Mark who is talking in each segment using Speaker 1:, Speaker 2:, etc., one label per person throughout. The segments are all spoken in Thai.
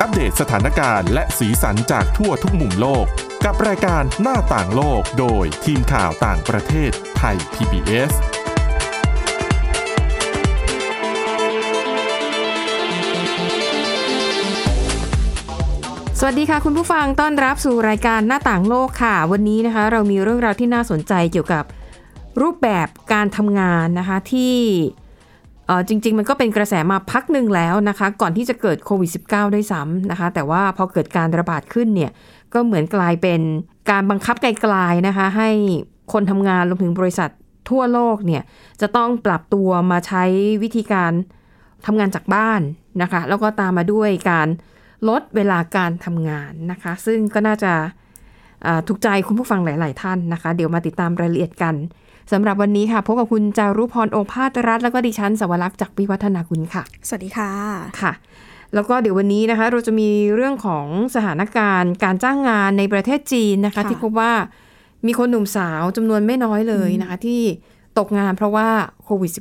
Speaker 1: อัปเดตสถานการณ์และสีสันจากทั่วทุกมุมโลก กับรายการหน้าต่างโลกโดยทีมข่าวต่างประเทศไทย PBS
Speaker 2: สวัสดีค่ะคุณผู้ฟังต้อนรับสู่รายการหน้าต่างโลกค่ะ วันนี้นะคะ เรามีเรื่องราวที่น่าสนใจเกี่ยวกับรูปแบบการทำงานนะคะที่เอ่อจริง ๆ มันก็เป็นกระแสมาพักหนึ่งแล้วนะคะ ก่อนที่จะเกิดโควิด -19 ด้วยซ้ำนะคะ แต่ว่าพอเกิดการระบาดขึ้นเนี่ย ก็เหมือนกลายเป็นการบังคับไกลๆนะคะ ให้คนทำงานรวมถึงบริษัททั่วโลกเนี่ยจะต้องปรับตัวมาใช้วิธีการ ทำงานจากบ้านนะคะ แล้วก็ตามมาด้วยการลดเวลาการทำงานนะคะ ซึ่งก็น่าจะเอ่อถูกใจคุณผู้ฟังหลาย ๆ ท่านนะคะ เดี๋ยวมาติดตามรายละเอียดกันสำหรับวันนี้ค่ะพบกับคุณจารุพรโอภาสรัฐแล้วก็ดิฉันสวรักษ์จากวิวัฒนาคุณค่ะ
Speaker 3: สวัสดีค่ะ
Speaker 2: ค่ะแล้วก็เดี๋ยววันนี้นะคะเราจะมีเรื่องของสถานการณ์การจ้างงานในประเทศจีนนะคะ
Speaker 3: ค่ะ
Speaker 2: ที่พบว่ามีคนหนุ่มสาวจำนวนไม่น้อยเลยนะคะ ที่ตกงานเพราะว่าโควิด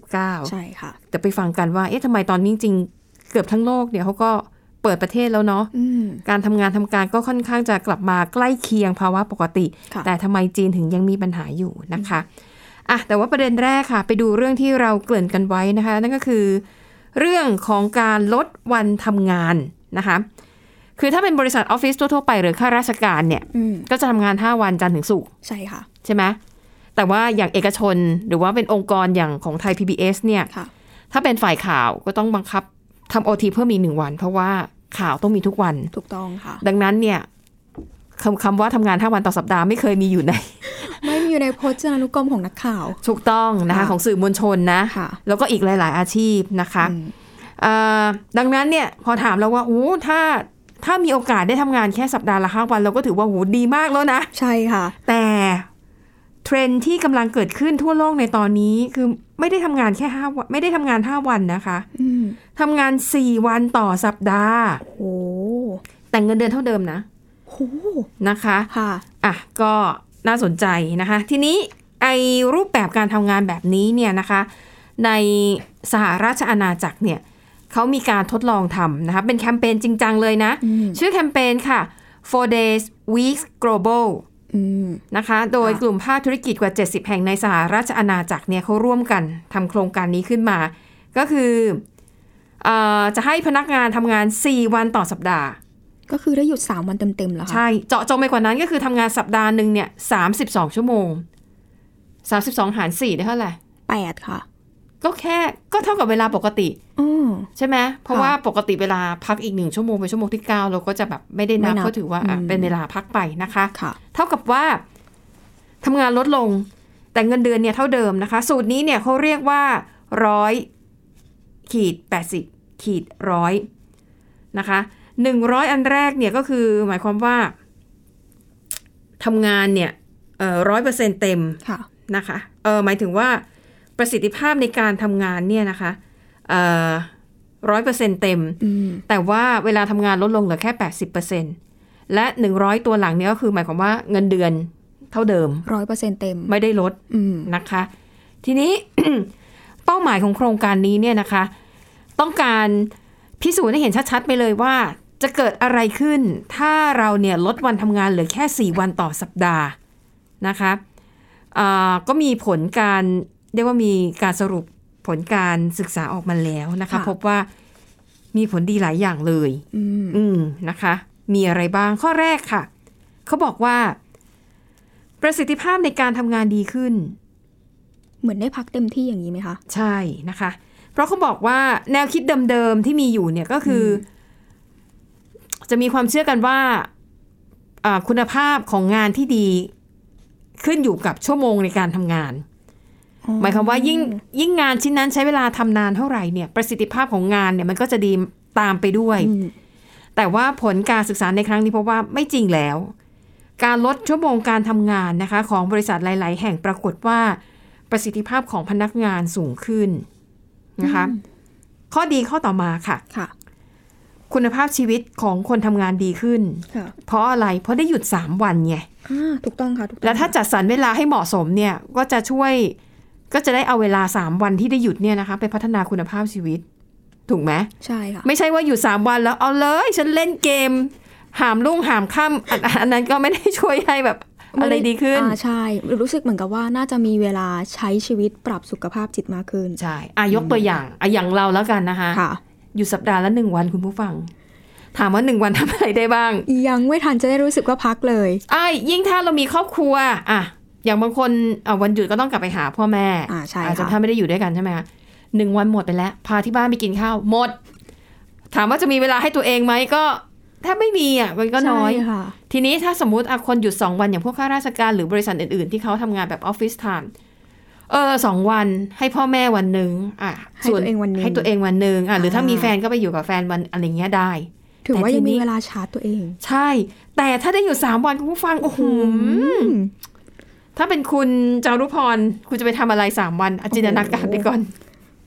Speaker 2: -19
Speaker 3: ใช่ค่ะ
Speaker 2: แต่ไปฟังกันว่า เอ๊ะทำไมตอนนี้จริงๆ เกือบทั้งโลกเนี่ยเขาก็เปิดประเทศแล้วเนาะ
Speaker 3: อืม
Speaker 2: การทำงานทำการก็ค่อนข้างจะกลับมาใกล้เคียงภาวะปกติ
Speaker 3: ค่ะ
Speaker 2: แต่ทำไมจีนถึงยังมีปัญหาอยู่นะคะอ่ะแต่ว่าประเด็นแรกค่ะ ไปดูเรื่องที่เราเกริ่นกันไว้นะคะ นั่นก็คือ เรื่องของการลดวันทำงานนะคะ คือถ้าเป็นบริษัทออฟฟิศทั่วๆไปหรือข้าราชการเนี่ย
Speaker 3: อืม
Speaker 2: ก็จะทำงาน 5 วันจันทร์ถึงศุกร์
Speaker 3: ใช่ค่ะ
Speaker 2: ใช่ไหมแต่ว่าอย่างเอกชนหรือว่าเป็นองค์กรอย่างของไทย PBS เนี่ย
Speaker 3: ค่ะ
Speaker 2: ถ้าเป็นฝ่ายข่าวก็ต้องบังคับทำโอทีเพิ่มอีกหนึ่งวัน เพราะว่าข่าวต้องมีทุกวัน
Speaker 3: ถูกต้องค่ะ
Speaker 2: ดังนั้นเนี่ยคำคำว่าทำงาน 5 วันต่อสัปดาห์ไม่เคยมีอยู่ใน
Speaker 3: ไม่มีอยู่ในพจนานุกรมของนักข่าว
Speaker 2: ถูกต้องนะคะ
Speaker 3: ค่ะ
Speaker 2: ของสื่อมวลชนนะ
Speaker 3: ค่ะ
Speaker 2: แล้วก็อีกหลาย ๆ อาชีพนะคะ
Speaker 3: อืม
Speaker 2: เอ่อดังนั้นเนี่ยพอถามแล้วว่าโอ้ถ้าถ้ามีโอกาสได้ทำงานแค่สัปดาห์ละห้าวันเราก็ถือว่าโหดีมากแล้วนะ
Speaker 3: ใช่ค่ะ
Speaker 2: แต่เทรนด์ที่กำลังเกิดขึ้นทั่วโลกในตอนนี้คือไม่ได้ทำงานแค่ห้าวันไม่ได้ทำงานห้าวันนะคะ
Speaker 3: อืม
Speaker 2: ทำงานสี่วันต่อสัปดาห์
Speaker 3: โห
Speaker 2: แต่เงินเดือนเท่าเดิมนะ
Speaker 3: โห
Speaker 2: นะคะ
Speaker 3: ค่ะ
Speaker 2: อ่ะก็น่าสนใจนะคะ ทีนี้ไอรูปแบบการทำงานแบบนี้เนี่ยนะคะ ในสหราชอาณาจักรเนี่ยเขามีการทดลองทำนะคะ เป็นแคมเปญจริงจังเลยนะ
Speaker 3: อืม
Speaker 2: ชื่อแคมเปญค่ะ four days weeks global
Speaker 3: อืม
Speaker 2: นะคะ โดย
Speaker 3: ค่ะ
Speaker 2: กลุ่มภาคธุรกิจกว่า 70 แห่งในสหราชอาณาจักรเนี่ยเขาร่วมกันทำโครงการนี้ขึ้นมา ก็คือเออจะให้พนักงานทำงาน 4 วันต่อสัปดาห์
Speaker 3: ก็คือได้หยุดสามวันเต็มๆแล้วค่ะ
Speaker 2: ใช่ เจาะจงไปกว่านั้นก็คือทำงานสัปดาห์หนึ่งเนี่ย32 ชั่วโมง 32 หาร 4 ได้เท่าไหร่
Speaker 3: แปดค่ะ
Speaker 2: ก็แค่ก็เท่ากับเวลาปกติ
Speaker 3: อืม
Speaker 2: ใช่ไหม เพราะ
Speaker 3: ค่ะ
Speaker 2: ว่าปกติเวลาพักอีกหนึ่งชั่วโมงเป็นชั่วโมงที่ 9 เราก็จะแบบไม่ได้นับ
Speaker 3: ไม่นับ
Speaker 2: ก็ถือว่าอ่ะ
Speaker 3: อืม
Speaker 2: เป็นเวลาพักไปนะคะ
Speaker 3: ค่ะ
Speaker 2: เท่ากับว่าทำงานลดลง แต่เงินเดือนเนี่ยเท่าเดิมนะคะ สูตรนี้เนี่ยเขาเรียกว่าร้อยขีดแปดสิบขีดร้อยนะคะหนึ่งร้อยอันแรกเนี่ยก็คือหมายความว่าทำงานเนี่ยร้อยเปอร์เซ็นเต็ม
Speaker 3: ค่ะ
Speaker 2: นะคะเออหมายถึงว่าประสิทธิภาพในการทำงานเนี่ยนะคะร้อยเปอร์เซ็นเต็ม
Speaker 3: อืม
Speaker 2: แต่ว่าเวลาทำงานลดลงเหลือแค่ 80%และ 100 ตัวหลังเนี้ก็คือหมายความว่าเงินเดือนเท่าเดิม
Speaker 3: ร้อยเปอร์เซ็นต์เต็ม
Speaker 2: ไม่ได้ลด
Speaker 3: อืม
Speaker 2: นะคะ ทีนี้ เป้าหมายของโครงการนี้เนี่ยนะคะ ต้องการพิสูจน์ให้เห็นชัดๆไปเลยว่า จะเกิดอะไรขึ้น ถ้าเราเนี่ยลดวันทำงานเหลือแค่ 4 วันต่อสัปดาห์นะคะเอ่อก็มีผลการเรียกว่ามีการสรุปผลการศึกษาออกมาแล้วนะคะ
Speaker 3: ค่ะ
Speaker 2: พบว่ามีผลดีหลายอย่างเลย
Speaker 3: อืม
Speaker 2: อืมนะคะ มีอะไรบ้างข้อแรกค่ะ เขาบอกว่า ประสิทธิภาพในการทำงานดีขึ้น
Speaker 3: เหมือนได้พักเต็มที่อย่างนี้ไหมคะ
Speaker 2: ใช่นะคะ เพราะเขาบอกว่าแนวคิดเดิมๆที่มีอยู่เนี่ยก็คืออจะมีความเชื่อกันว่าอ่าคุณภาพของงานที่ดีขึ้นอยู่กับชั่วโมงในการทำงาน
Speaker 3: อ๋อ
Speaker 2: หมายความว่ายิ่งยิ่งงานชิ้นนั้นใช้เวลาทำนานเท่าไหร่เนี่ย ประสิทธิภาพของงานเนี่ยมันก็จะดีตามไปด้วย
Speaker 3: อืม
Speaker 2: แต่ว่าผลการศึกษาในครั้งนี้พบว่าไม่จริงแล้ว การลดชั่วโมงการทำงานนะคะ ของบริษัทหลาย ๆ แห่งปรากฏว่า ประสิทธิภาพของพนักงานสูงขึ้นนะคะ
Speaker 3: อืม
Speaker 2: ข้อดีข้อต่อมาค่ะ
Speaker 3: ค่ะ
Speaker 2: คุณภาพชีวิตของคนทำงานดีขึ้น
Speaker 3: ค่ะ
Speaker 2: เพราะอะไรเพราะได้หยุด 3 วันไง
Speaker 3: อ่าถูกต้องค่ะ ถูกต้อง
Speaker 2: แล้วถ้าจัดสรรเวลาให้เหมาะสมเนี่ยก็จะช่วยก็จะได้เอาเวลา 3 วันที่ได้หยุดเนี่ยนะคะ ไปพัฒนาคุณภาพชีวิต ถูกไหม
Speaker 3: ใช่ค่ะ
Speaker 2: ไม่ใช่ว่าอยู่ 3 วันแล้วเอาเลย ฉันเล่นเกม หามลุ่งหามค่ำอัน อันนั้นก็ไม่ได้ช่วยให้แบบอะไรดีขึ้น
Speaker 3: อ่าใช่รู้สึกเหมือนกับว่าน่าจะมีเวลาใช้ชีวิตปรับสุขภาพจิตมากขึ้น
Speaker 2: ใช่อายกตัวอย่างอ่ะอย่างเราแล้วกันนะคะ
Speaker 3: ค่ะ
Speaker 2: อยู่สัปดาห์ละหนึ่งวันคุณผู้ฟัง ถามว่าหนึ่ง วันทำอะไรได้บ้าง
Speaker 3: ยังไม่ทันจะได้รู้สึกว่าพักเลย
Speaker 2: ไอ้ายยิ่งถ้าเรามีครอบครัวอ่ะอย่างบางคนอ่ะวันหยุดก็ต้องกลับไปหาพ่อแม่
Speaker 3: อ่าใช่
Speaker 2: อาจจะ
Speaker 3: ค่ะ
Speaker 2: ถ้าไม่ได้อยู่ด้วยกันใช่ไหมคะหนึ่งวันหมดไปแล้ว พาที่บ้านไปกินข้าวหมด ถามว่าจะมีเวลาให้ตัวเองไหมก็แทบไม่มีอ่ะมันก็น้อย
Speaker 3: ใช่ค่ะ
Speaker 2: ทีนี้ถ้าสมมติอ่ะคนหยุด 2 วันอย่างพวกข้าราชการหรือบริษัทอื่น ๆ ที่เขาทำงานแบบออฟฟิศไทม์เออสองวันให้พ่อแม่วันหนึ่งอ่ะ
Speaker 3: ให้ตัวเองวันหนึ่ง
Speaker 2: ให้ตัวเองวันหนึ่งอ่ะหรือถ้า
Speaker 3: อ่ามี
Speaker 2: มีแฟนก็ไปอยู่กับแฟนวันอะไรเงี้ยได้
Speaker 3: ถือว่า
Speaker 2: แต่ที
Speaker 3: ยัง
Speaker 2: นี้
Speaker 3: มีเวลาชาร์จตัวเอง
Speaker 2: ใช่ แต่ถ้าได้อยู่ 3 วันคุณผู้ฟัง โอ้โหถ้าเป็นคุณจารุพร คุณจะไปทำอะไร 3 วันอะจินตนาการไปก่อน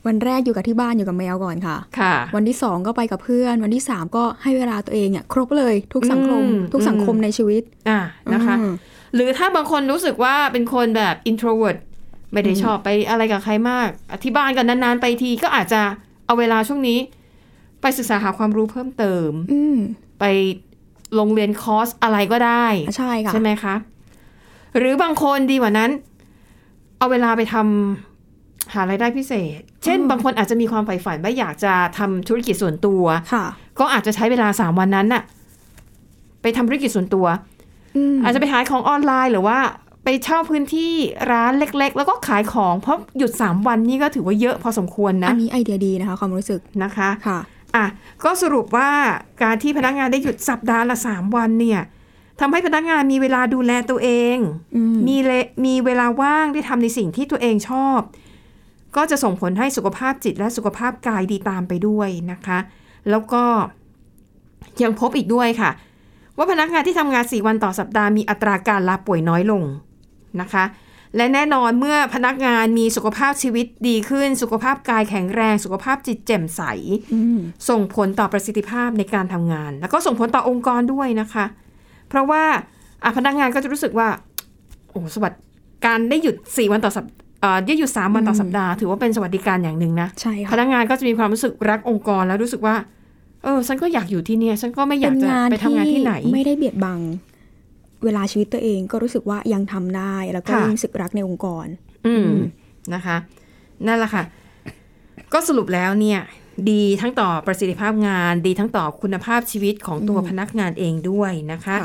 Speaker 3: วันแรกอยู่กับที่บ้านอยู่กับแมวก่อนค่ะ
Speaker 2: ค่ะ
Speaker 3: วันที่สองก็ไปกับเพื่อน วันที่สามก็ให้เวลาตัวเองเนี่ยครบเลยทุกสังคม
Speaker 2: อืม
Speaker 3: ทุกสังคมในชีวิต
Speaker 2: อ่ะนะคะ
Speaker 3: อืม
Speaker 2: หรือถ้าบางคนรู้สึกว่าเป็นคนแบบ introvert ไม่ได้ชอบไปอะไรกับใครมากอ่ะที่บ้านกันนาน ๆ ไปทีก็อาจจะเอาเวลาช่วงนี้ ไปศึกษาหาความรู้เพิ่มเติม
Speaker 3: อืม
Speaker 2: ไปโรงเรียนคอร์สอะไรก็ได้
Speaker 3: ใช่ค่ะ
Speaker 2: ใช่ไหมคะ หรือบางคนดีกว่านั้น เอาเวลาไปทำหารายได้พิเศษ เช่น บางคนอาจจะมีความใฝ่ฝันว่าอยากจะทำธุรกิจส่วนตัว
Speaker 3: ค่ะ
Speaker 2: ก็อาจจะใช้เวลาสามวันนั้นน่ะไปทำธุรกิจส่วนตัว
Speaker 3: อืม
Speaker 2: อาจจะไปขายของออนไลน์หรือว่าไปเช่าพื้นที่ร้านเล็กๆ แล้วก็ขายของเพราะหยุด 3 วันนี่ก็ถือว่าเยอะพอสมควร
Speaker 3: อั
Speaker 2: นะ
Speaker 3: นนี้ไอเดียดีนะคะ ความรู้สึก
Speaker 2: นะคะ
Speaker 3: ค่ะ
Speaker 2: อ่ะก็สรุปว่าการที่พนักงานได้หยุดสัปดาห์ละ 3 วันเนี่ยทำให้พนักงานมีเวลาดูแลตัวเอง
Speaker 3: อืม
Speaker 2: มีเลมีเวลาว่างได้ทำในสิ่งที่ตัวเองชอบ ก็จะส่งผลให้สุขภาพจิตและสุขภาพกายดีตามไปด้วยนะคะ แล้วก็ยังพบอีกด้วยค่ะ ว่าพนักงานที่ทำงาน 4 วันต่อสัปดาห์มีอัตราการลาป่วยน้อยลงนะคะ และแน่นอนเมื่อพนักงานมีสุขภาพชีวิตดีขึ้น สุขภาพกายแข็งแรง สุขภาพจิตแจ่มใส
Speaker 3: อืม
Speaker 2: ส่งผลต่อประสิทธิภาพในการทำงาน แล้วก็ส่งผลต่อองค์กรด้วยนะคะ เพราะว่าอ่ะพนักงานก็จะรู้สึกว่าโอ้สวัสดิการได้หยุด 4 วันต่อสัปเอ่อได้หยุด 3 วันต่อสัปดาห์ถือว่าเป็นสวัสดิการอย่างหนึ่งนะ
Speaker 3: ใช่
Speaker 2: พ
Speaker 3: ค่ะ
Speaker 2: นักงานก็จะมีความรู้สึกรักองค์กรแล้วรู้สึกว่า เออฉันก็อยากอยู่ที่เนี่ยฉันก็ไม่อยากจะไปทำงานที่ไหน
Speaker 3: ไม่ได้เบียดบัง เวลาชีวิตตัวเองก็รู้สึกว่ายังทำได้แล้วก็
Speaker 2: ค่ะ
Speaker 3: ยังรู้สึกรักในองค์กร
Speaker 2: อืมนะคะ นั่นแหละค่ะ ก็สรุปแล้วเนี่ย ดีทั้งต่อประสิทธิภาพงาน ดีทั้งต่อคุณภาพชีวิตของตัวพนักงานเองด้วยนะคะ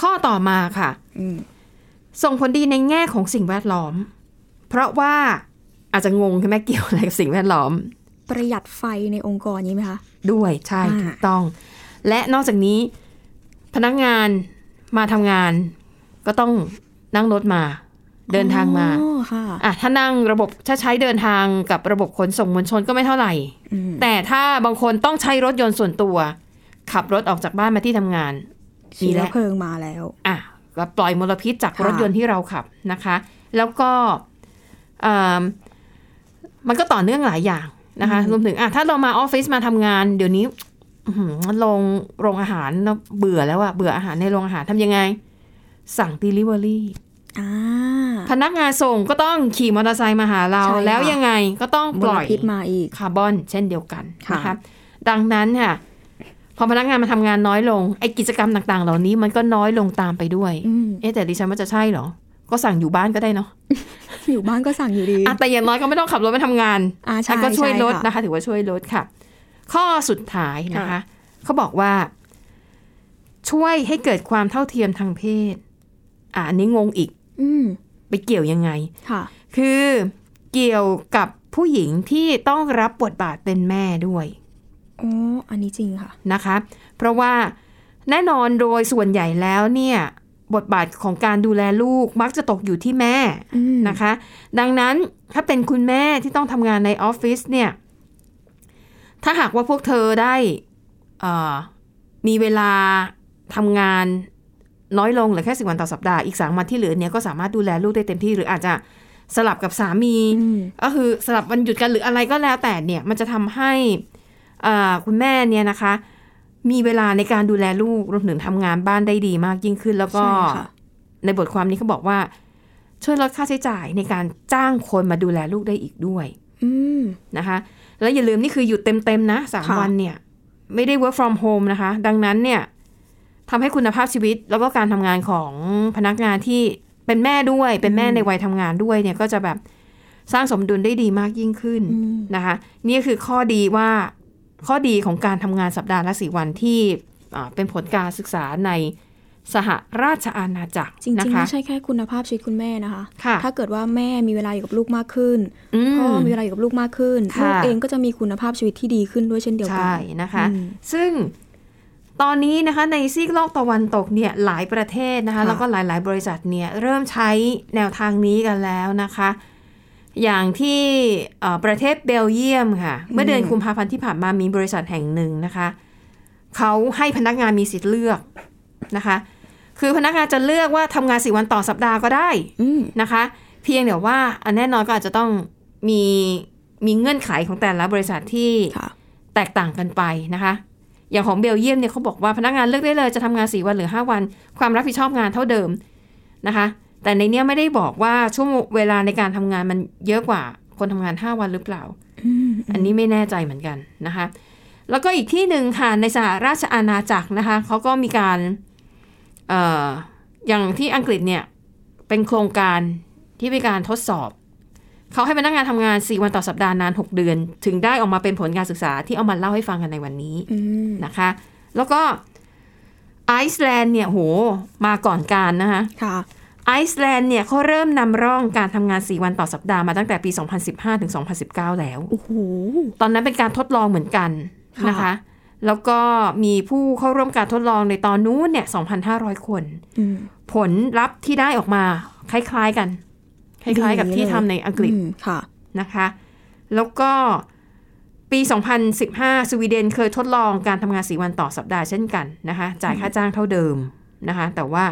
Speaker 2: ข้อต่อมาค่ะ
Speaker 3: อืม
Speaker 2: ส่งผลดีในแง่ของสิ่งแวดล้อม เพราะว่าอาจจะงงใช่ไหมเกี่ยวอะไรกับสิ่งแวดล้อม
Speaker 3: ประหยัดไฟในองค์กรนี้ไหมคะ
Speaker 2: ด้วยใช่
Speaker 3: อ่า
Speaker 2: ถูกต้อง และนอกจากนี้พนักงานมาทำงานก็ต้องนั่งรถมา เดินทางมา
Speaker 3: อ๋อค่ะ
Speaker 2: อ่ะถ้านั่งระบบถ้าใช้เดินทางกับระบบขนส่งมวลชนก็ไม่เท่าไหร่
Speaker 3: อืม
Speaker 2: แต่ถ้าบางคนต้องใช้รถยนต์ส่วนตัว ขับรถออกจากบ้านมาที่ทำงาน
Speaker 3: เชื้
Speaker 2: นี่แห
Speaker 3: อ
Speaker 2: ละ
Speaker 3: เพลิงมาแล้ว
Speaker 2: อ่ะก็ปล่อยมลพิษจาก
Speaker 3: ค่ะ
Speaker 2: รถยนต์ที่เราขับนะคะ แล้วก็เอิ่มมันก็ต่อเนื่องหลายอย่างนะคะรวมถึงอ่ะถ้าเรามาออฟฟิศมาทำงาน เดี๋ยวนี้อื้อหือโรงโรงอาหารเราเบื่อแล้วอะเบื่ออาหารในโรงอาหารทำยังไง สั่ง Delivery
Speaker 3: อ่า
Speaker 2: พนักงานส่งก็ต้องขี่มอเตอร์ไซค์มาหาเรา
Speaker 3: ใช่ค่ะ
Speaker 2: แล้วยังไงก็ต้อง
Speaker 3: ม
Speaker 2: ป
Speaker 3: ล
Speaker 2: ล่อย
Speaker 3: พิษมาอีก
Speaker 2: คาร์บอนเช่นเดียวกัน
Speaker 3: ค่ะ
Speaker 2: นะคะดังนั้นค่ะพอพนักงานมาทำงานน้อยลงไอ้กิจกรรมต่างๆ เหล่านี้มันก็น้อยลงตามไปด้วย
Speaker 3: อืม
Speaker 2: เอ๊ะแต่ดิฉันว่าจะใช่เหรอ ก็สั่งอยู่บ้านก็ได้เนาะ
Speaker 3: อยู่บ้านก็สั่งอยู่ดี
Speaker 2: อ่ะแต่อย่างน้อยก็ไม่ต้องขับรถไปทำงาน
Speaker 3: อ่า
Speaker 2: อั
Speaker 3: ใช่
Speaker 2: นก็ช่วยลด
Speaker 3: ใค่ะ
Speaker 2: นะคะ ถือว่าช่วยลดค่ะ ข้อสุดท้ายนะคะ
Speaker 3: ค่ะ
Speaker 2: เขาบอกว่า ช่วยให้เกิดความเท่าเทียมทางเพศ อ่ะอันนี้งงอีก
Speaker 3: อืม
Speaker 2: ไปเกี่ยวยังไง
Speaker 3: ค่ะ
Speaker 2: คือเกี่ยวกับผู้หญิงที่ต้องรับบทบาทเป็นแม่ด้วย
Speaker 3: อ๋อ อันนี้จริงค่ะ
Speaker 2: นะคะ เพราะว่าแน่นอนโดยส่วนใหญ่แล้วเนี่ยบทบาทของการดูแลลูกมักจะตกอยู่ที่แม่
Speaker 3: อืม
Speaker 2: นะคะ ดังนั้นถ้าเป็นคุณแม่ที่ต้องทำงานในออฟฟิศเนี่ยถ้าหากว่าพวกเธอได้เอ่อมีเวลาทำงานน้อยลงเหลือแค่สิวันต่อสัปดาห์อีกสามวันที่เหลือเนี่ยก็สามารถดูแลลูกได้เต็มที่หรืออาจจะสลับกับสามี
Speaker 3: อืม
Speaker 2: ก็คือสลับวันหยุดกันหรืออะไรก็แล้วแต่เนี่ยมันจะทำให้อ่าคุณแม่เนี่ยนะคะ มีเวลาในการดูแลลูกรวมถึงทำงานบ้านได้ดีมากยิ่งขึ้น แล้วก็
Speaker 3: ใช่ค่ะ
Speaker 2: ในบทความนี้เขาบอกว่า ช่วยลดค่าใช้จ่ายในการจ้างคนมาดูแลลูกได้อีกด้วย
Speaker 3: อืม
Speaker 2: นะคะ แล้วอย่าลืมนี่คือหยุดเต็มๆนะสาม
Speaker 3: ค่ะ
Speaker 2: วันเนี่ย ไม่ได้ work from home นะคะ ดังนั้นเนี่ยทำให้คุณภาพชีวิตแล้วก็การทำงานของพนักงานที่เป็นแม่ด้วย เป็นแม่ในวัยทำงานด้วยเนี่ยก็จะแบบสร้างสมดุลได้ดีมากยิ่งขึ้น
Speaker 3: อืม
Speaker 2: นะคะนี่คือข้อดีว่าข้อดีของการทำงานสัปดาห์ละสีวันที่อ่าเป็นผลการศึกษาในสหราชอาณาจักร
Speaker 3: จริง
Speaker 2: นะ
Speaker 3: ๆ
Speaker 2: คะ
Speaker 3: ไม่ใช่แค่คุณภาพชีวิตคุณแม่นะคะ
Speaker 2: ค่ะ
Speaker 3: ถ้าเกิดว่าแม่มีเวลาอยู่กับลูกมากขึ้น
Speaker 2: อืม
Speaker 3: พ่อมีเวลาอยู่กับลูกมากขึ้น
Speaker 2: ค่ะ
Speaker 3: ลูกเองก็จะมีคุณภาพชีวิตที่ดีขึ้นด้วยเช่นเดียวกั
Speaker 2: ใช่
Speaker 3: น
Speaker 2: นะคะ
Speaker 3: อืม
Speaker 2: ซึ่งตอนนี้นะคะในซีกโลกตะวันตกเนี่ยหลายประเทศนะคะ
Speaker 3: ค่ะ
Speaker 2: แล้วก็หลาย ๆ บริษัทเนี่ยเริ่มใช้แนวทางนี้กันแล้วนะคะ อย่างที่เอ่อประเทศเบลเยียมค่ะ เมื่อเดือนกุมภาพันธ์ที่ผ่านมามีบริษัทแห่งหนึ่งนะคะ เขาให้พนักงานมีสิทธิ์เลือกนะคะ คือพนักงานจะเลือกว่าทำงานสี่วันต่อสัปดาห์ก็ได้
Speaker 3: อืม
Speaker 2: นะคะเพียงแต่ว่าอันแน่นอนก็อาจจะต้องมีมีเงื่อนไขของแต่ละบริษัทที่
Speaker 3: ค่ะ
Speaker 2: แตกต่างกันไปนะคะ อย่างของเบลเยียมเนี่ยเขาบอกว่าพนักงานเลือกได้เลยจะทำงาน 4 วันหรือ 5 วัน ความรับผิดชอบงานเท่าเดิมนะคะ แต่ในเนี้ยไม่ได้บอกว่าช่วงเวลาในการทำงานมันเยอะกว่าคนทำงาน 5 วันหรือเปล่า
Speaker 3: อืม
Speaker 2: อันนี้ไม่แน่ใจเหมือนกันนะคะ แล้วก็อีกที่หนึ่งค่ะในสหราชอาณาจักรนะคะเขาก็มีการเอ่ออย่างที่อังกฤษเนี่ยเป็นโครงการที่มีการทดสอบ เขาให้พนักงานทำงาน 4 วันต่อสัปดาห์นาน 6 เดือน ถึงได้ออกมาเป็นผลการศึกษาที่เอามาเล่าให้ฟังกันในวันนี้
Speaker 3: อืม
Speaker 2: นะคะ แล้วก็ไอซ์แลนด์เนี่ยโหมาก่อนการนะคะ
Speaker 3: ค่ะ
Speaker 2: ไอซ์แลนด์เนี่ยเขาเริ่มนำร่องการทำงาน 4 วันต่อสัปดาห์มาตั้งแต่ปี 2015 ถึง 2019 แล้ว
Speaker 3: โอ้โห
Speaker 2: ตอนนั้นเป็นการทดลองเหมือนกัน
Speaker 3: ค่ะ
Speaker 2: นะคะ แล้วก็มีผู้เข้าร่วมการทดลองในตอนนู้นเนี่ย 2,500 คน
Speaker 3: อืม
Speaker 2: ผลลัพธ์ที่ได้ออกมาคล้าย ๆกัน คล้ายๆ กับ
Speaker 3: ดีเลย
Speaker 2: ที่ทำในอังกฤษ
Speaker 3: อืมค่ะ
Speaker 2: นะคะ แล้วก็ปี 2015 สวีเดนเคยทดลองการทำงาน 4 วันต่อสัปดาห์เช่นกันนะคะ จ่ายค่าจ้างเท่าเดิมนะคะ แต่ว่า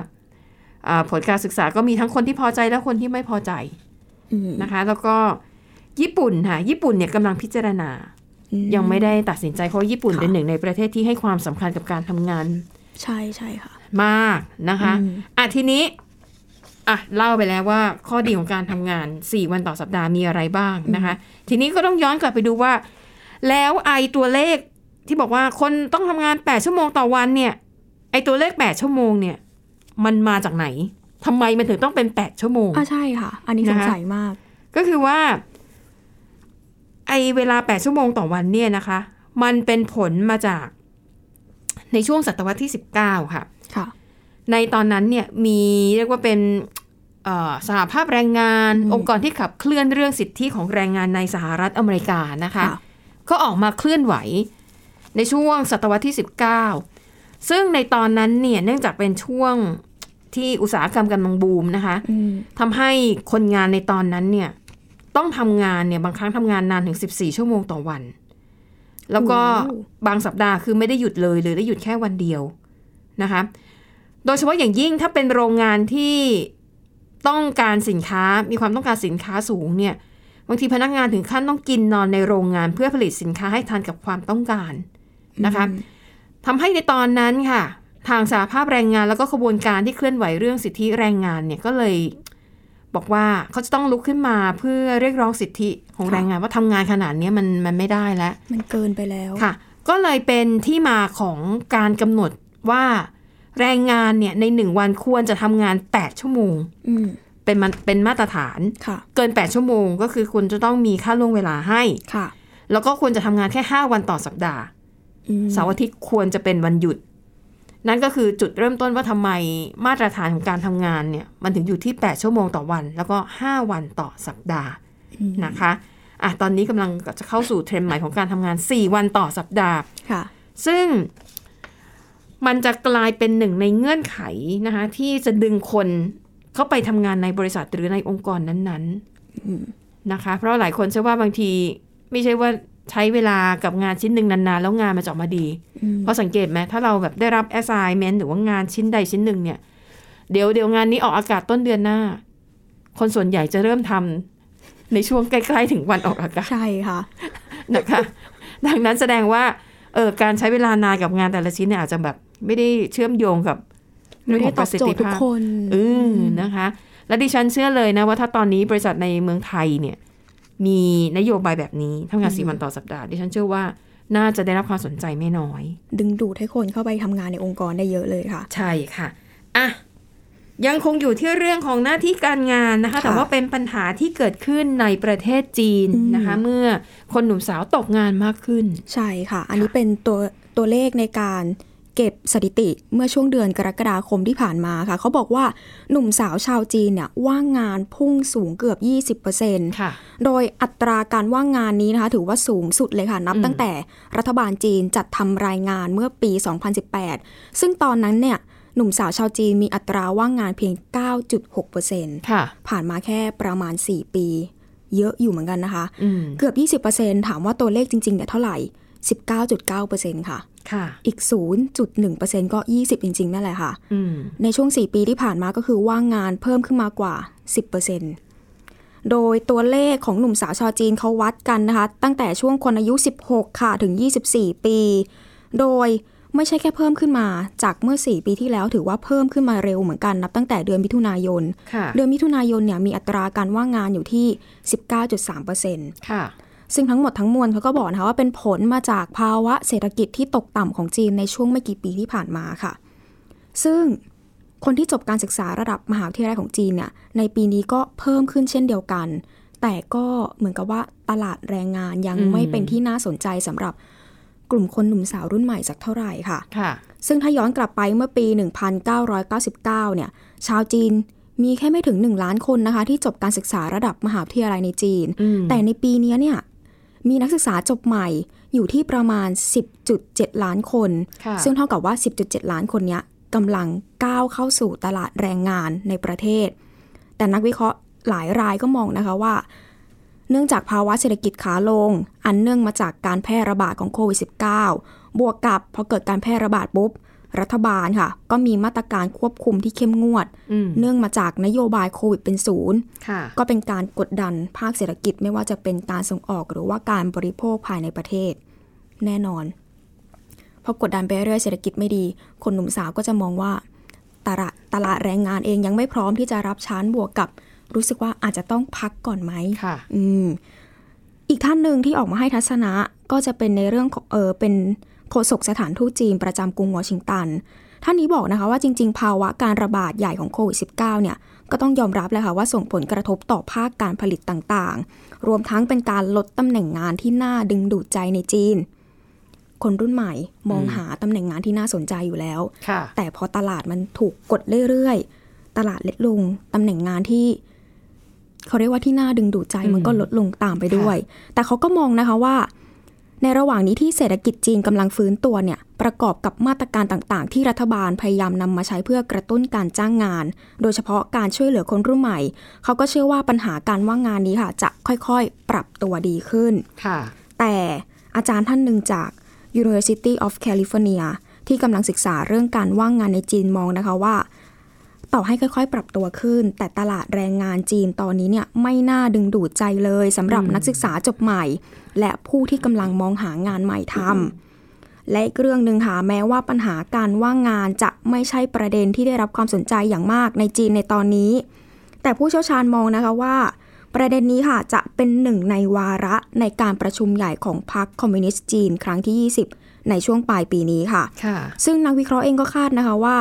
Speaker 2: อ่าผลการศึกษาก็มีทั้งคนที่พอใจและคนที่ไม่พอใจ
Speaker 3: อืม
Speaker 2: นะคะ แล้วก็ญี่ปุ่นค่ะ ญี่ปุ่นเนี่ยกำลังพิจารณา
Speaker 3: อื
Speaker 2: ยังไม่ได้ตัดสินใจเพราะญี่ปุ่น
Speaker 3: ค่ะ
Speaker 2: เป็นหนึ่งในประเทศที่ให้ความสำคัญกับการทำงาน
Speaker 3: ใช่ใช่ค่ะ
Speaker 2: มากนะคะ
Speaker 3: อืม
Speaker 2: อ่ะทีนี้อ่ะเล่าไปแล้วว่าข้อดีของการทำงาน 4 วันต่อสัปดาห์มีอะไรบ้างนะคะ ทีนี้ก็ต้องย้อนกลับไปดูว่า แล้วไอตัวเลขที่บอกว่าคนต้องทำงาน 8 ชั่วโมงต่อวันเนี่ย ไอตัวเลข 8 ชั่วโมงเนี่ย มันมาจากไหนทำไมมันถึงต้องเป็น 8 ชั่วโมง
Speaker 3: อ่าใช่ค่ะ อันนี้
Speaker 2: นะคะ
Speaker 3: สงสัยมาก
Speaker 2: ก็คือว่า ไอเวลา 8 ชั่วโมงต่อวันเนี่ยนะคะ มันเป็นผลมาจากในช่วงศตวรรษที่ 19 ค่ะ
Speaker 3: ค่ะ
Speaker 2: ในตอนนั้นเนี่ยมีเรียกว่าเป็นเอ่อสหภาพแรงงาน
Speaker 3: อืม
Speaker 2: องค์กรที่ขับเคลื่อนเรื่องสิทธิของแรงงานในสหรัฐอเมริกานะคะ ก็ออกมาเคลื่อนไหวในช่วงศตวรรษที่ 19 ซึ่งในตอนนั้นเนี่ยเนื่องจากเป็นช่วงที่อุตสาหกรรมกำลังบูมนะคะ
Speaker 3: อืม
Speaker 2: ทำให้คนงานในตอนนั้นเนี่ยต้องทำงานเนี่ยบางครั้งทำงานนานถึง 14 ชั่วโมงต่อวัน แล้วก็
Speaker 3: โอ้
Speaker 2: บางสัปดาห์คือไม่ได้หยุดเลยหรือได้หยุดแค่วันเดียวนะคะ โดยเฉพาะอย่างยิ่งถ้าเป็นโรงงานที่ต้องการสินค้ามีความต้องการสินค้าสูงเนี่ยบางทีพนักงานถึงขั้นต้องกินนอนในโรงงาน เพื่อผลิตสินค้าให้ทันกับความต้องการนะคะ ทำให้ในตอนนั้นค่ะ ทางสาภาพแรงงานแล้วก็ขบวนการที่เคลื่อนไหวเรื่องสิทธิแรงงานเนี่ยก็เลยบอกว่าเขาจะต้องลุกขึ้นมาเพื่อเรียกร้องสิทธิของ
Speaker 3: ค่ะ
Speaker 2: แรงงานว่าทำงานขนาดเนี้ยมันมันไม่ได้แล้ว
Speaker 3: มันเกินไปแล้ว
Speaker 2: ค่ะ ก็เลยเป็นที่มาของการกำหนดว่าแรงงานเนี่ยในหนึ่งวันควรจะทำงาน 8 ชั่วโมง
Speaker 3: อืม
Speaker 2: เป็นมันเป็นมาตรฐาน
Speaker 3: ค่ะ
Speaker 2: เกิน 8 ชั่วโมง ก็คือคุณจะต้องมีค่าล่วงเวลาให้
Speaker 3: ค่ะ
Speaker 2: แล้วก็ควรจะทำงานแค่ 5 วันต่อสัปดาห์
Speaker 3: อืม
Speaker 2: เสาร์อาทิตย์ควรจะเป็นวันหยุด นั่นก็คือจุดเริ่มต้นว่าทำไมมาตรฐานของการทำงานเนี่ย มันถึงอยู่ที่ 8 ชั่วโมงต่อวัน แล้วก็ 5 วันต่อสัปดาห์
Speaker 3: อืม
Speaker 2: นะคะอ่ะตอนนี้กำลังจะเข้าสู่เทรนด์ใหม่ของการทำงาน 4 วันต่อสัปดาห์
Speaker 3: ค่ะ
Speaker 2: ซึ่งมันจะกลายเป็นหนึ่งในเงื่อนไขนะคะที่จะดึงคนเข้าไปทำงานในบริษัทหรือในองค์กรนั้น
Speaker 3: อืม
Speaker 2: ๆนะคะ เพราะหลายคนเชื่อว่าบางทีไม่ใช่ว่าใช้เวลากับงานชิ้นหนึ่งนานๆ แล้วงานมันจะออกมาดี
Speaker 3: อืม
Speaker 2: เพราะสังเกตไหมถ้าเราแบบได้รับ assignment หรือว่างานชิ้นใดชิ้นหนึ่งเนี่ย เดี๋ยวเดี๋ยวงานนี้ออกอากาศต้นเดือนหน้า คนส่วนใหญ่จะเริ่มทำในช่วงใกล้ๆถึงวันออกอากาศ
Speaker 3: ใช่ค่ะ
Speaker 2: นะคะ ดังนั้นแสดงว่าเออการใช้เวลานานกับงานแต่ละชิ้นเนี่ยอาจจะแบบไม่ได้เชื่อมโยงกับเรื่
Speaker 3: ไม่
Speaker 2: งข
Speaker 3: ได้
Speaker 2: ง
Speaker 3: ต
Speaker 2: ป
Speaker 3: อบ
Speaker 2: ระสิท
Speaker 3: โจท
Speaker 2: ธิ
Speaker 3: ย์ทุก
Speaker 2: ภาพ
Speaker 3: คน
Speaker 2: อืมนะคะ และดิฉันเชื่อเลยนะว่าถ้าตอนนี้บริษัทในเมืองไทยเนี่ย มีนโยบายแบบนี้ทำงานสี่วันต่อสัปดาห์ดิฉันเชื่อว่าน่าจะได้รับความสนใจไม่น้อย
Speaker 3: ดึงดูดให้คนเข้าไปทำงานในองค์กรได้เยอะเลยค่ะ
Speaker 2: ใช่ค่ะ อ่ะ ยังคงอยู่ที่เรื่องของหน้าที่การงานนะคะ
Speaker 3: ค่ะ
Speaker 2: แต่ว่าเป็นปัญหาที่เกิดขึ้นในประเทศจีน
Speaker 3: อืม
Speaker 2: นะคะ เมื่อคนหนุ่มสาวตกงานมากขึ้น
Speaker 3: ใช่ค่ะ อันนี้เป็นตัวตัวเลขในการเก็บสถิติเมื่อช่วงเดือนกรกฎาคมที่ผ่านมาค่ะ เขาบอกว่าหนุ่มสาวชาวจีนเนี่ยว่างงานพุ่งสูงเกือบ 20%
Speaker 2: ค่ะ
Speaker 3: โดยอัตราการว่างงานนี้นะคะ ถือว่าสูงสุดเลยค่ะ นับ
Speaker 2: อืม
Speaker 3: ตั้งแต่รัฐบาลจีนจัดทำรายงานเมื่อปี 2018 ซึ่งตอนนั้นเนี่ยหนุ่มสาวชาวจีนมีอัตราว่างงานเพียง 9.6%
Speaker 2: ค่ะ
Speaker 3: ผ่านมาแค่ประมาณ 4 ปี เยอะอยู่เหมือนกันนะคะ
Speaker 2: อืม
Speaker 3: เกือบ 20%ถามว่าตัวเลขจริงๆเนี่ยเท่าไหร่ 19.9%ค่ะ
Speaker 2: ค่ะ
Speaker 3: อีก 0.1%ก็ 20 จริงๆ นั่นแหละค่ะ
Speaker 2: อืม
Speaker 3: ในช่วง 4 ปีที่ผ่านมาก็คือว่างงานเพิ่มขึ้นมากว่า 10%โดยตัวเลขของหนุ่มสาวชาวจีนเขาวัดกันนะคะ ตั้งแต่ช่วงคนอายุ 16 ค่ะ ถึง 24 ปี โดยไม่ใช่แค่เพิ่มขึ้นมา จากเมื่อ 4 ปีที่แล้วถือว่าเพิ่มขึ้นมาเร็วเหมือนกัน นับตั้งแต่เดือนมิถุนายน
Speaker 2: ค่ะ
Speaker 3: เดือนมิถุนายนเนี่ยมีอัตราการว่างงานอยู่ที่ 19.3%
Speaker 2: ค่ะ
Speaker 3: ซึ่งทั้งหมดทั้งมวลเขาก็บอกนะคะว่าเป็นผลมาจากภาวะเศรษฐกิจที่ตกต่ำของจีนในช่วงไม่กี่ปีที่ผ่านมาค่ะ ซึ่งคนที่จบการศึกษาระดับมหาวิทยาลัยของจีนเนี่ยในปีนี้ก็เพิ่มขึ้นเช่นเดียวกัน แต่ก็เหมือนกับว่าตลาดแรงงานยัง
Speaker 2: อืม
Speaker 3: ไม่เป็นที่น่าสนใจสำหรับกลุ่มคนหนุ่มสาวรุ่นใหม่สักเท่าไหร่ค่ะ
Speaker 2: ค่ะ
Speaker 3: ซึ่งถ้าย้อนกลับไปเมื่อปี 1999 เนี่ย ชาวจีนมีแค่ไม่ถึง 1 ล้านคนนะคะ ที่จบการศึกษาระดับมหาวิทยาลัยในจีน
Speaker 2: อืม
Speaker 3: แต่ในปีเนี้ยเนี่ย มีนักศึกษาจบใหม่อยู่ที่ประมาณ 10.7 ล้านคน
Speaker 2: ค่ะ
Speaker 3: ซึ่งเท่ากับว่า 10.7 ล้านคนเนี้ยกำลังก้าวเข้าสู่ตลาดแรงงานในประเทศ แต่นักวิเคราะห์หลายรายก็มองนะคะว่า เนื่องจากภาวะเศรษฐกิจขาลง อันเนื่องมาจากการแพร่ระบาดของโควิด -19 บวกกับพอเกิดการแพร่ระบาดปุ๊บ รัฐบาลค่ะ ก็มีมาตรการควบคุมที่เข้มงวด
Speaker 2: อืม
Speaker 3: เนื่องมาจากนโยบายโควิดเป็นศูนย์
Speaker 2: ค่ะ
Speaker 3: ก็เป็นการกดดันภาคเศรษฐกิจไม่ว่าจะเป็นการส่งออกหรือว่าการบริโภคภายในประเทศ แน่นอนพอกดดันไปเรื่อยเศรษฐกิจไม่ดี คนหนุ่มสาวก็จะมองว่าตลาดตลาดแรงงานเองยังไม่พร้อมที่จะรับชั้นบวกกับ รู้สึกว่าอาจจะต้องพักก่อนไหม
Speaker 2: ค่ะ
Speaker 3: อืมอีกท่านหนึ่งที่ออกมาให้ทัศนะก็จะเป็นในเรื่องของเออเป็นโฆษกสถานทูตจีนประจำกรุงวอชิงตัน ท่านนี้บอกนะคะว่าจริง ๆ ภาวะการระบาดใหญ่ของโควิด -19 เนี่ยก็ต้องยอมรับเลยค่ะว่าส่งผลกระทบต่อภาคการผลิตต่างๆ รวมทั้งเป็นการลดตำแหน่งงานที่น่าดึงดูดใจในจีน คนรุ่นใหม่มอง
Speaker 2: อืม
Speaker 3: หาตำแหน่งงานที่น่าสนใจอยู่แล้ว
Speaker 2: ค่ะ
Speaker 3: แต่พอตลาดมันถูกกดเรื่อยๆ ตลาดเล็ดลง ตำแหน่งงานที่ เขาเรียกว่าที่น่าดึงดูดใจ
Speaker 2: อืม
Speaker 3: มันก็ลดลงตามไปด้วย แต่เขาก็มองนะคะว่า ในระหว่างนี้ที่เศรษฐกิจจีนกำลังฟื้นตัวเนี่ย ประกอบกับมาตรการต่างๆ ที่รัฐบาลพยายามนำมาใช้เพื่อกระตุ้นการจ้างงาน โดยเฉพาะการช่วยเหลือคนรุ่นใหม่ เขาก็เชื่อว่าปัญหาการว่างงานนี้ค่ะ จะค่อยๆ ปรับตัวดีขึ้น
Speaker 2: ค่ะ
Speaker 3: แต่อาจารย์ท่านหนึ่งจาก University of California ที่กำลังศึกษาเรื่องการว่างงานในจีนมองนะคะว่า ต่อให้ค่อยๆ ปรับตัวขึ้น แต่ตลาดแรงงานจีนตอนนี้เนี่ยไม่น่าดึงดูดใจเลยสำหรับนักศึกษาจบใหม่ และผู้ที่กำลังมองหางานใหม่ทำและอีกเรื่องหนึ่งค่ะแม้ว่าปัญหาการว่างงานจะไม่ใช่ประเด็นที่ได้รับความสนใจอย่างมากในจีนในตอนนี้ แต่ผู้เชี่ยวชาญมองนะคะว่า ประเด็นนี้ค่ะจะเป็นหนึ่งในวาระในการประชุมใหญ่ของพรรคคอมมิวนิสต์จีนครั้งที่ 20 ในช่วงปลายปีนี้ค่ะ
Speaker 2: ค่ะ
Speaker 3: ซึ่งนักวิเคราะห์เองก็คาดนะคะว่า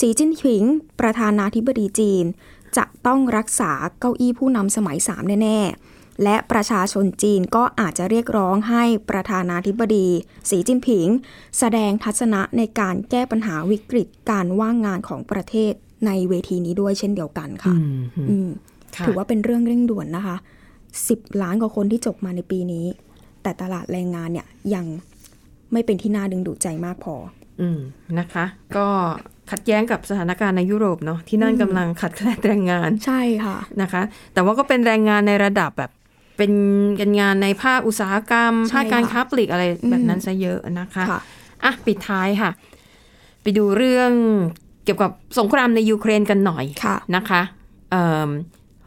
Speaker 3: สีจิ้นผิง ประธานาธิบดีจีน จะต้องรักษาเก้าอี้ผู้นำสมัย 3 แน่ ๆ และประชาชนจีนก็อาจจะเรียกร้องให้ประธานาธิบดี สีจิ้นผิง แสดงทัศนะในการแก้ปัญหาวิกฤตการว่างงานของประเทศในเวทีนี้ด้วยเช่นเดียวกันค่ะ
Speaker 2: อืม
Speaker 3: อืม
Speaker 2: ค่ะ
Speaker 3: ถือว่าเป็นเรื่องเร่งด่วนนะคะ 10 ล้านกว่าคนที่จบมาในปีนี้ แต่ตลาดแรงงานเนี่ยยังไม่เป็นที่น่าดึงดูดใจมากพอ
Speaker 2: อืม นะคะ ก็ขัดแย้งกับสถานการณ์ในยุโรปเนาะ ที่นั่นกำลังขัดแคลนแรงงาน
Speaker 3: ใช่ค่ะ
Speaker 2: นะคะ แต่ว่าก็เป็นแรงงานในระดับแบบ เป็นกันงานในภาคอุตสาหกรรม
Speaker 3: ใช่
Speaker 2: ภาคการ
Speaker 3: ค่ะ
Speaker 2: ค้าปลีกอะไรแบบนั้น
Speaker 3: อืม
Speaker 2: ซะเยอะนะคะ
Speaker 3: ค่ะ
Speaker 2: อ่ะ ปิดท้ายค่ะ ไปดูเรื่องเกี่ยวกับสงครามในยูเครนกันหน่อย
Speaker 3: ค่ะ
Speaker 2: นะคะเอิ่ม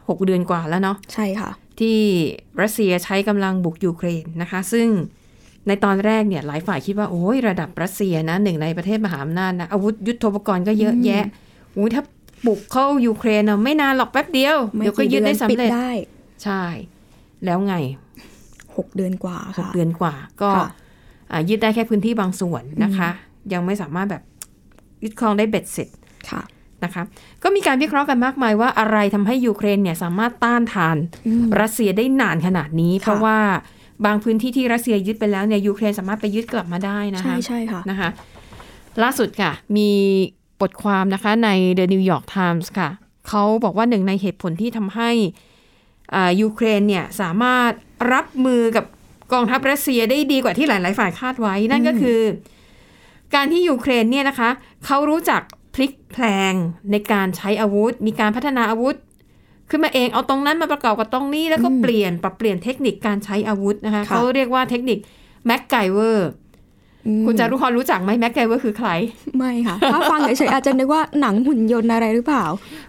Speaker 2: หกเดือนกว่าแล้วเนาะ
Speaker 3: ใช่ค่ะ
Speaker 2: ที่รัสเซียใช้กำลังบุกยูเครนนะคะ ซึ่งในตอนแรกเนี่ยหลายฝ่ายคิดว่าโอ้ยระดับรัสเซียนะหนึ่งในประเทศมหาอำนาจนะอาวุธยุโทโธปกรณ์ก็เยอะแยะโอ้ยถ้าบุกเข้ายูเครนนะไม่นานหรอกแป๊บเดียว
Speaker 3: ไม่
Speaker 2: เดี๋ยวก็ยึดได้สำเร็จ
Speaker 3: ปิได้
Speaker 2: ใช่ แล้วไง
Speaker 3: หกเดือนกว่า
Speaker 2: หก
Speaker 3: ค่ะ
Speaker 2: เดือนกว่า ก็
Speaker 3: ค่ะ
Speaker 2: อ่ายึดได้แค่พื้นที่บางส่วนนะคะ ยังไม่สามารถแบบยึดครองได้เบ็ดเสร็จ
Speaker 3: ค่ะ
Speaker 2: นะคะก็มีการวิเคราะห์กันมากมายว่าอะไรทำให้ยูเครนเนี่ยสามารถต้านทานรัสเซียได้นานขนาดนี้
Speaker 3: ค่ะ
Speaker 2: เพราะว่าบางพื้นที่ที่รัสเซียยึดไปแล้วเนี่ยยูเครนสามารถไปยึดกลับมาได้นะ
Speaker 3: ใช่
Speaker 2: คะ
Speaker 3: ใช่ค่ะ
Speaker 2: นะคะล่าสุดค่ะ มีบทความนะคะใน The New York Times ค่ะเขาบอกว่าหนึ่งในเหตุผลที่ทำให้อ่ายูเครนเนี่ยสามารถรับมือกับกองทัพรัสเซียได้ดีกว่าที่หลาย ๆ ฝ่ายคาดไว้ นั่นก็คือ การที่ยูเครนเนี่ยนะคะเขารู้จักพลิกแพลงในการใช้อาวุธ มีการพัฒนาอาวุธ ขึ้นมาเองเอาตรงนั้นมาประกอบกับตรงนี้แล้วก็
Speaker 3: อืม
Speaker 2: เปลี่ยนปรับเปลี่ยนเทคนิคการใช้อาวุธนะคะ
Speaker 3: ค่ะ
Speaker 2: เขาเรียกว่าเทคนิคแม็กไกเวอร์
Speaker 3: อืม
Speaker 2: คุณจารุพรรู้จักไหมแม็กไกเวอร์คือใคร
Speaker 3: ไม่ ค่ะ ถ้าฟังเฉยๆอาจจะนึกว่าหนังหุ่นยนต์อะไรหรือเปล่า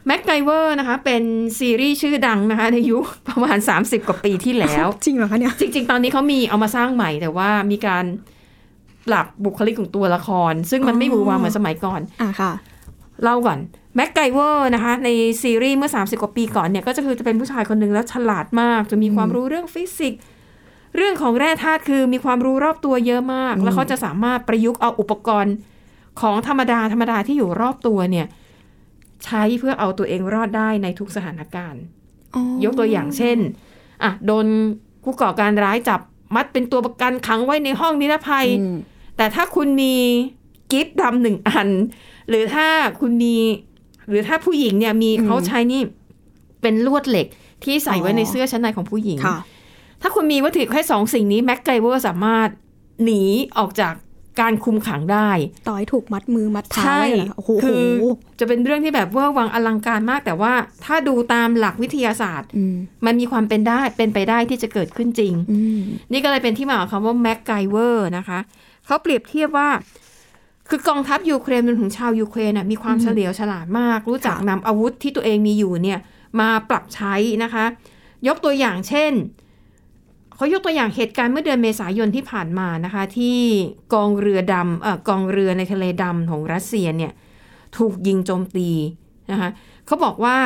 Speaker 2: แม็กไกเวอร์นะคะเป็นซีรีส์ชื่อดังนะคะในยุค ประมาณ 30 กว่าปีที่แล้ว
Speaker 3: จริงเหรอคะเนี่ย
Speaker 2: จริงๆ ตอนนี้เขามีเอามาสร้างใหม่ แต่ว่ามีการปรับบุคลิกของตัวละคร ซึ่งมันไม่
Speaker 3: อ๋อ
Speaker 2: บูวาเหมือนสมัยก่อน
Speaker 3: อ่ะค่ะ
Speaker 2: เล่าก่อนแม็กไกเวอร์นะคะ ในซีรีส์เมื่อ 30 กว่าปีก่อนเนี่ยก็จะคือจะเป็นผู้ชายคนหนึ่งแล้วฉลาดมาก จะมีความรู้เรื่องฟิสิกส์เรื่องของแร่ธาตุคือมีความรู้รอบตัวเยอะมาก แล้วเขาจะสามารถประยุกต์เอาอุปกรณ์ของธรรมดาธรรมดาที่อยู่รอบตัวเนี่ยใช้เพื่อเอาตัวเองรอดได้ในทุกสถานการณ์
Speaker 3: อ๋อย
Speaker 2: กตัวอย่างเช่นอ่ะโดนผู้ก่อการร้ายจับมัดเป็นตัวประกันขังไว้ในห้องนิรภัย
Speaker 3: อืม
Speaker 2: แต่ถ้าคุณมีกิฟต์ดำหนึ่งอัน หรือถ้าคุณมี หรือถ้าผู้หญิงเนี่ยมีเขาใช้นี่เป็นลวดเหล็กที่ใส่ไว้ในเสื้อชั้นในของผู้หญิง
Speaker 3: ค่ะ
Speaker 2: ถ้าคุณมีวัตถุแค่สองสิ่งนี้แม็กไกเวอร์สามารถหนีออกจากการคุมขังได้
Speaker 3: ต่อยถูกมัดมือมัดเท้า
Speaker 2: ใช่
Speaker 3: ไว้เหรอโอ้โห
Speaker 2: คือจะเป็นเรื่องที่แบบเว่าวังอลังการมาก แต่ว่าถ้าดูตามหลักวิทยาศาสตร์
Speaker 3: อืม
Speaker 2: มันมีความเป็นได้เป็นไปได้ที่จะเกิดขึ้นจริง
Speaker 3: อืม
Speaker 2: นี่ก็เลยเป็นที่มาของคำว่าแม็กไกเวอร์นะคะ เขาเปรียบเทียบว่า คือกองทัพยูเครนรวมถึงชาวยูเครนน่ะมีความเฉลียวฉลาดมาก รู้จักนำอาวุธที่ตัวเองมีอยู่เนี่ยมาปรับใช้นะคะ ยกตัวอย่างเช่น เขายกตัวอย่างเหตุการณ์เมื่อเดือนเมษายนที่ผ่านมานะคะ ที่กองเรือดำเอ่อกองเรือในทะเลดำของรัสเซียเนี่ยถูกยิงโจมตีนะคะเขาบอกว่า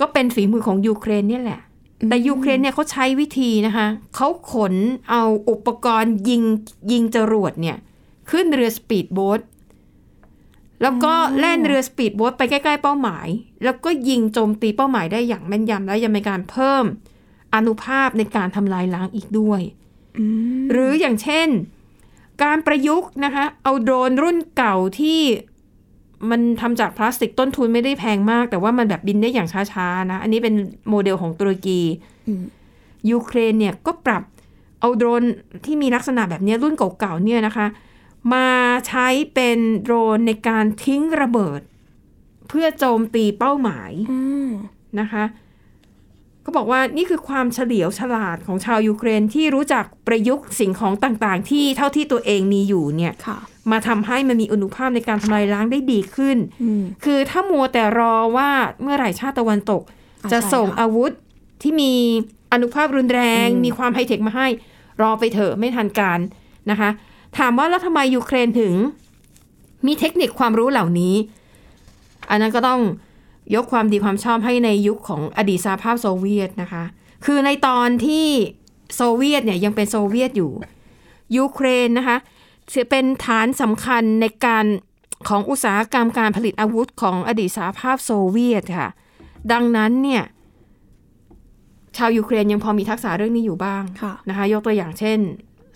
Speaker 2: ก็เป็นฝีมือของยูเครนเนี่ยแหละ แต่ยูเครนเนี่ยเขาใช้วิธีนะคะเขาขนเอาอุปกรณ์ยิงยิงจรวดเนี่ยขึ้นเรือสปีดโบ๊ทแล้วก็แล่นเรือสปีดโบ๊ทไปใกล้ๆเป้าหมาย แล้วก็ยิงโจมตีเป้าหมายได้อย่างแม่นยำและยังมีการเพิ่มอนุภาพในการทำลายล้างอีกด้วย
Speaker 3: อืม
Speaker 2: หรืออย่างเช่น การประยุกต์นะคะเอาโดรนรุ่นเก่าที่มันทำจากพลาสติกต้นทุนไม่ได้แพงมาก แต่ว่ามันแบบบินได้อย่างช้าๆนะ อันนี้เป็นโมเดลของตุรกี
Speaker 3: อืม
Speaker 2: ยูเครนเนี่ยก็ปรับเอาโดรนที่มีลักษณะแบบเนี้ยรุ่นเก่าๆเนี่ยนะคะ มาใช้เป็นโดรนในการทิ้งระเบิด เพื่อโจมตีเป้าหมาย
Speaker 3: อืม
Speaker 2: นะคะก็บอกว่านี่คือความเฉลียวฉลาดของชาวยูเครนที่รู้จักประยุกต์สิ่งของต่างๆ ที่เท่าที่ตัวเองมีอยู่เนี่ย
Speaker 3: ค่ะ
Speaker 2: มาทำให้มันมีอนุภาพในการทำลายล้างได้ดีขึ้น
Speaker 3: อืม
Speaker 2: คือถ้ามัวแต่รอว่าเมื่อไหร่ชาติตะวันตก
Speaker 3: อ่ะ
Speaker 2: จะส่ง
Speaker 3: ใช่ค่ะ
Speaker 2: อาวุธที่มีอนุภาพรุนแรง
Speaker 3: อืม
Speaker 2: มีความไฮเทคมาให้ รอไปเถอะไม่ทันการนะคะ ถามว่าแล้วทำไมยูเครนถึง มีเทคนิคความรู้เหล่านี้ อันนั้นก็ต้องยกความดีความชอบให้ในยุคของอดีตสหภาพโซเวียตนะคะ คือในตอนที่โซเวียตเนี่ยยังเป็นโซเวียตอยู่ยูเครนนะคะจะเป็นฐานสำคัญในการของอุตสาหกรรมการผลิตอาวุธของอดีตสหภาพโซเวียตค่ะ ดังนั้นเนี่ยชาวยูเครนยังพอมีทักษะเรื่องนี้อยู่บ้าง
Speaker 3: ค่ะ
Speaker 2: นะคะยกตัวอย่างเช่น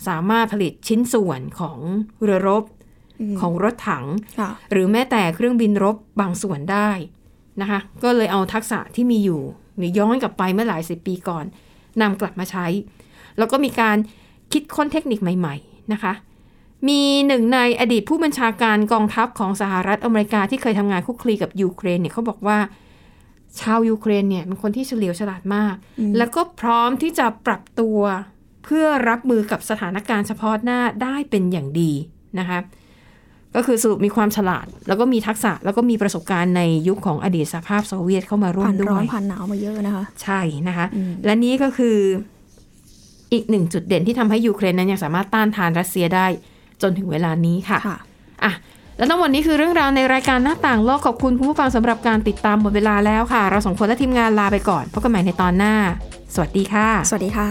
Speaker 2: สามารถผลิตชิ้นส่วนของเรือรบของรถถัง
Speaker 3: ค่ะ
Speaker 2: หรือแม้แต่เครื่องบินรบบางส่วนได้นะคะก็เลยเอาทักษะที่มีอยู่หรือย้อนกลับไปเมื่อหลายสิบปีก่อนนำกลับมาใช้ แล้วก็มีการคิดค้นเทคนิคใหม่ๆนะคะ มีหนึ่งในอดีตผู้บัญชาการกองทัพของสหรัฐอเมริกาที่เคยทำงานคลุกคลีกับยูเครนเนี่ยเขาบอกว่า ชาวยูเครนเนี่ยเป็นคนที่เฉลียวฉลาดมาก แล้วก็พร้อมที่จะปรับตัวเพื่อรับมือกับสถานการณ์เฉพาะหน้าได้เป็นอย่างดีนะคะ ก็คือสรุปมีความฉลาด แล้วก็มีทักษะแล้วก็มีประสบการณ์ในยุคของอดีตสหภาพโซเวียตเข้ามาร่วม
Speaker 3: ผ่าน
Speaker 2: ด้
Speaker 3: ร้อ
Speaker 2: วน ย
Speaker 3: ผ่านหนาวมาเยอะนะคะ
Speaker 2: ใช่นะคะ
Speaker 3: อืม
Speaker 2: และนี้ก็คืออีกหนึ่งจุดเด่นที่ทำให้ยูเครนนั้นยังสามารถต้านทานรัสเซียได้จนถึงเวลานี้ค่ะ
Speaker 3: ค่ะ
Speaker 2: อ่ะ และทั้งหมดนี้คือเรื่องราวในรายการหน้าต่างโลกขอบคุณคุณผู้ฟังสำหรับการติดตามหมดเวลาแล้วค่ะ เราสองคนและทีมงานลาไปก่อนพบกันใหม่ในตอนหน้า สวัสดีค่ะ
Speaker 3: สวัสดีค่ะ